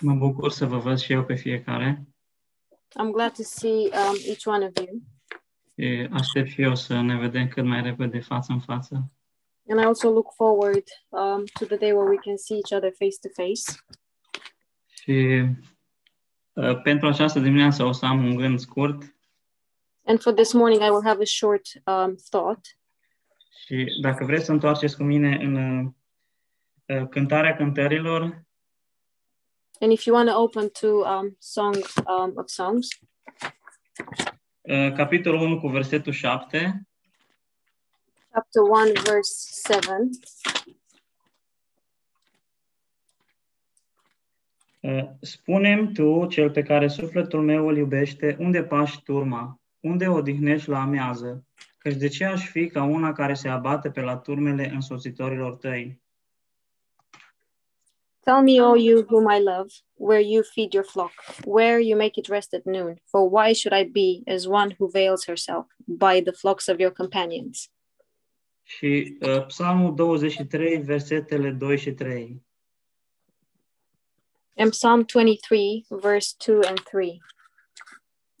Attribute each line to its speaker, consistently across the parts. Speaker 1: Mă bucur să vă văd și eu pe fiecare.
Speaker 2: I'm glad to see um, each one of you.
Speaker 1: E, Aștept și eu să ne vedem cât mai repede față în față.
Speaker 2: And I also look forward um, to the day where we can see each other face to face.
Speaker 1: Și uh, pentru această dimineață o să am un gând scurt
Speaker 2: And for this morning, I will have a short um, thought.
Speaker 1: și dacă vreți să întoarceți cu mine în uh, uh, cântarea cântărilor,
Speaker 2: And if you want to open to um, Song um, of Songs,
Speaker 1: uh, capitolul 1 cu versetul 7,
Speaker 2: chapter 1, verse 7,
Speaker 1: Uh, Spune-mi tu, cel pe care sufletul meu îl iubește, unde pași turma? Unde odihnești la amiază? Căci de ce aș fi ca una care se abate pe la turmele însoțitorilor tăi?
Speaker 2: Tell me, O you whom I love, where you feed your flock, where you make it rest at noon. For why should I be as one who veils herself by the flocks of your companions?
Speaker 1: Și uh, Psalmul 23, versetele 2 și 3.
Speaker 2: And Psalm 23, verse 2 and 3.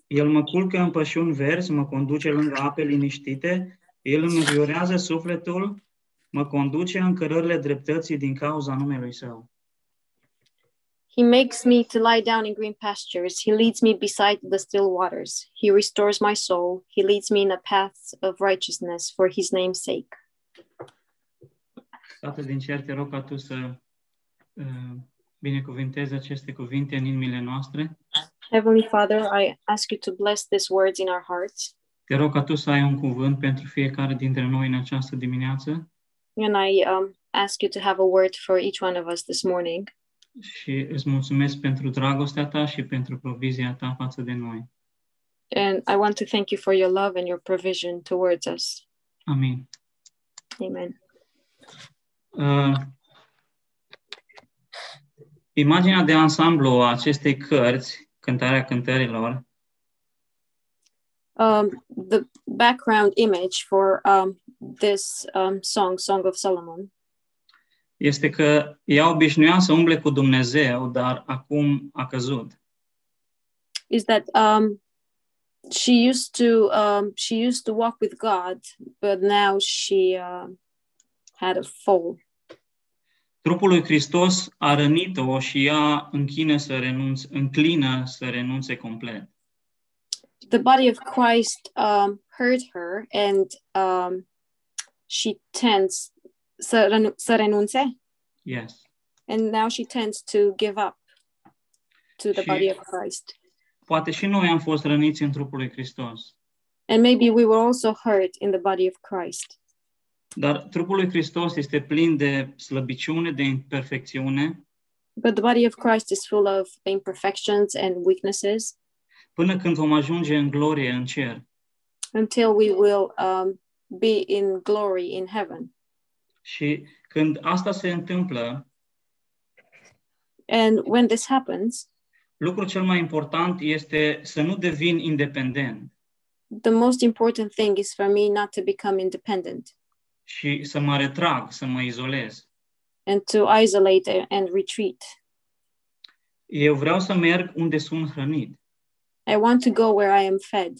Speaker 1: El mă culcă în pășuni verzi, mă conduce lângă ape liniștite, el îmi înviorează sufletul, mă conduce în cărările dreptății din cauza numelui său.
Speaker 2: He makes me to lie down in green pastures. He leads me beside the still waters. He restores my soul. He leads me in the paths of righteousness for his name's sake.
Speaker 1: Tată din cer, te rog ca tu să uh, binecuvintezi aceste cuvinte în inimile noastre.
Speaker 2: Heavenly Father, I ask you to bless these words in our hearts.
Speaker 1: Te rog ca tu să ai un cuvânt pentru fiecare dintre noi în această dimineață
Speaker 2: And I um, ask you to have a word for each one of us this morning.
Speaker 1: și îți mulțumesc pentru dragostea ta și pentru provizia ta față de noi.
Speaker 2: And I want to thank you for your love and your provision towards us.
Speaker 1: Amin.
Speaker 2: Amen.
Speaker 1: Uh, imaginea de ansamblu a acestei cărți, Cântarea Cântărilor,
Speaker 2: Um, the background image for um, this um, song, Song of Solomon,
Speaker 1: este că ea obișnuia să umble cu Dumnezeu, dar acum a căzut.
Speaker 2: is that um, she used to um, she used to walk with God, but now she uh, had a fall.
Speaker 1: Trupul lui Hristos a rănit-o și ea închină să renunț, înclină să renunțe complet.
Speaker 2: The body of Christ um, hurt her, and um, she tends să, renu- să renunțe,
Speaker 1: Yes.
Speaker 2: and now she tends to give up to the
Speaker 1: Și-
Speaker 2: body of Christ.
Speaker 1: Poate și noi am fost răniți în trupul lui Hristos,
Speaker 2: And maybe we were also hurt in the body of Christ.
Speaker 1: dar trupul lui Hristos este plin de slăbiciune, de imperfecțiune,
Speaker 2: But the body of Christ is full of imperfections and weaknesses
Speaker 1: până când vom ajunge în glorie în cer.
Speaker 2: until we will um, be in glory in heaven.
Speaker 1: Și când asta se întâmplă,
Speaker 2: And when this happens,
Speaker 1: lucrul cel mai important este să nu devin independent
Speaker 2: the most important thing is for me not to become independent
Speaker 1: și să mă retrag, să mă izolez.
Speaker 2: and to isolate a- and retreat.
Speaker 1: Eu vreau să merg unde sunt hrănit.
Speaker 2: I want to go where I am fed.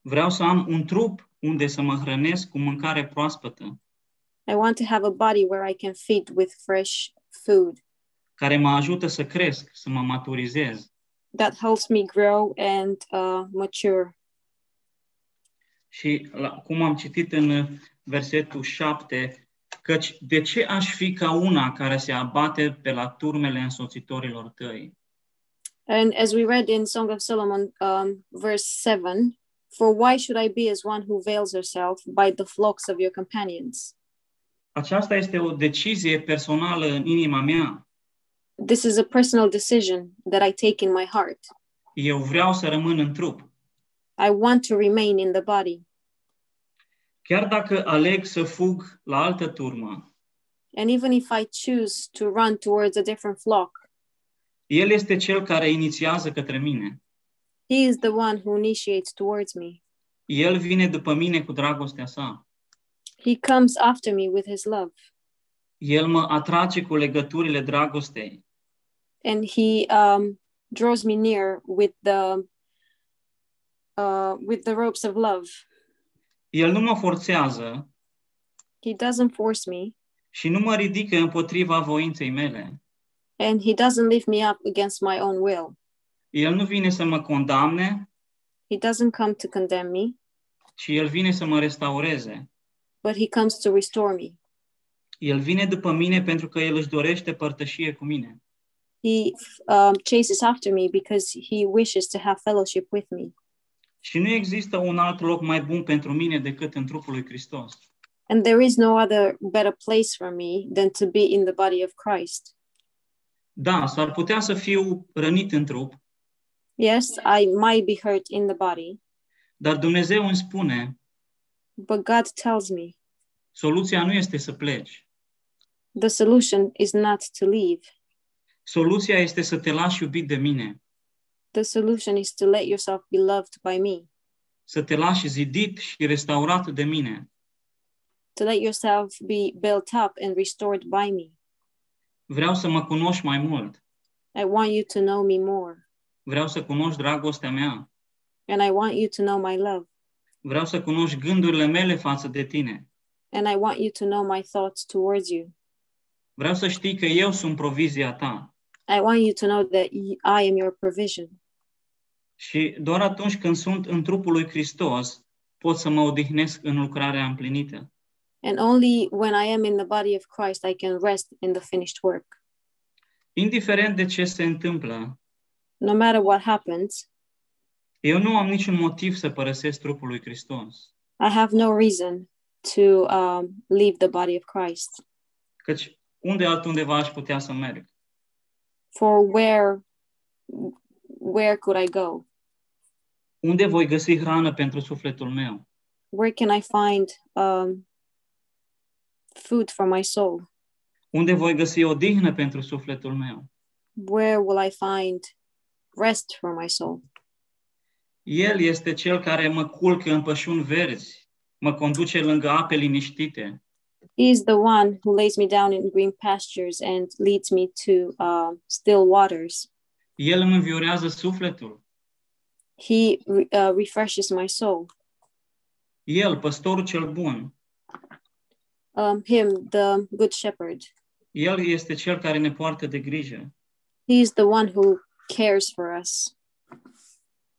Speaker 1: Vreau să am un trup unde să mă hrănesc cu mâncare proaspătă,
Speaker 2: I want to have a body where I can feed with fresh food
Speaker 1: care mă ajută să cresc, să mă maturizez.
Speaker 2: that helps me grow and uh, mature.
Speaker 1: Și la, cum am citit în uh, versetul 7, căci de ce aș fi ca una care se abate pe la turmele însoțitorilor tăi?
Speaker 2: And as we read in Song of Solomon, um, verse 7, for why should I be as one who veils herself by the flocks of your companions?
Speaker 1: Aceasta este o decizie personală în inima mea.
Speaker 2: This is a personal decision that I take in my heart.
Speaker 1: Eu vreau să rămân în trup.
Speaker 2: I want to remain in the body.
Speaker 1: Chiar dacă aleg să fug la altă turmă,
Speaker 2: And even if I choose to run towards a different flock,
Speaker 1: el este cel care inițiază către mine.
Speaker 2: he is the one who initiates towards me.
Speaker 1: El vine după mine cu dragostea sa.
Speaker 2: He comes after me with his love.
Speaker 1: El mă atrage cu legăturile dragostei.
Speaker 2: and he um, draws me near with the uh, with the ropes of love.
Speaker 1: El nu mă forțează
Speaker 2: He doesn't force me,
Speaker 1: și nu mă ridică împotriva voinței mele.
Speaker 2: and he doesn't lift me up against my own will.
Speaker 1: El nu vine să mă condamne,
Speaker 2: He doesn't come to condemn me,
Speaker 1: ci el vine să mă restaureze.
Speaker 2: but he comes to restore me.
Speaker 1: El vine după mine pentru că el își dorește părtășie cu mine.
Speaker 2: He um, chases after me because he wishes to have fellowship with me.
Speaker 1: Și nu există un alt loc mai bun pentru mine decât în trupul lui Hristos.
Speaker 2: And there is no other better place for me than to be in the body of Christ.
Speaker 1: Da, s-ar putea să fiu rănit în trup,
Speaker 2: Yes, I might be hurt in the body,
Speaker 1: dar Dumnezeu îmi spune,
Speaker 2: but God tells me
Speaker 1: soluția nu este să pleci.
Speaker 2: the solution is not to leave.
Speaker 1: Soluția este să te lași iubit de mine,
Speaker 2: The solution is to let yourself be loved by me,
Speaker 1: să te lași zidit și restaurat de mine.
Speaker 2: to let yourself be built up and restored by me.
Speaker 1: Vreau să mă cunoști mai mult.
Speaker 2: I want you to know me more,
Speaker 1: Vreau să cunoști dragostea mea.
Speaker 2: and I want you to know my love,
Speaker 1: Vreau să cunoști gândurile mele față de tine.
Speaker 2: and I want you to know my thoughts towards you.
Speaker 1: Vreau să știi că eu sunt provizia ta.
Speaker 2: I want you to know that y- I am your provision.
Speaker 1: Și doar atunci când sunt în trupul lui Hristos, pot să mă odihnesc în lucrarea împlinită.
Speaker 2: And only when I am in the body of Christ, I can rest in the finished work.
Speaker 1: Indiferent de ce se întâmplă,
Speaker 2: No matter what happens,
Speaker 1: eu nu am niciun motiv să părăsesc trupul lui Hristos,
Speaker 2: I have no reason to um, leave the body of Christ.
Speaker 1: căci unde altundeva aș putea să merg?
Speaker 2: For where, where could I go?
Speaker 1: Unde voi găsi hrană pentru sufletul meu?
Speaker 2: Where can I find um, food for my soul?
Speaker 1: Unde voi găsi odihnă pentru sufletul meu?
Speaker 2: Where will I find rest for my soul?
Speaker 1: El este cel care mă culcă în pășuni verzi, mă conduce lângă ape liniștite,
Speaker 2: He is the one who lays me down in green pastures and leads me to uh, still waters.
Speaker 1: El îmi înviorează sufletul.
Speaker 2: He re- uh, refreshes my soul.
Speaker 1: El, păstorul cel bun,
Speaker 2: Um, him, the good shepherd,
Speaker 1: el este cel care ne poartă de grijă.
Speaker 2: he is the one who cares for us.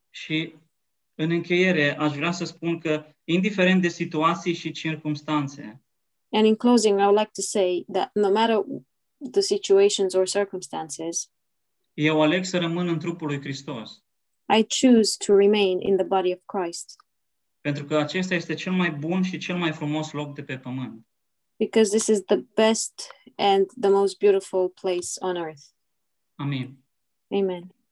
Speaker 1: Și în încheiere, aș vrea să spun că, indiferent de situații și circumstanțe,
Speaker 2: And in closing, I would like to say that no matter the situations or circumstances,
Speaker 1: eu aleg să rămân în trupul lui Hristos,
Speaker 2: I choose to remain in the body of Christ
Speaker 1: pentru că acesta este cel mai bun și cel mai frumos loc de pe pământ.
Speaker 2: because this is the best and the most beautiful place on earth.
Speaker 1: Amin.
Speaker 2: Amen.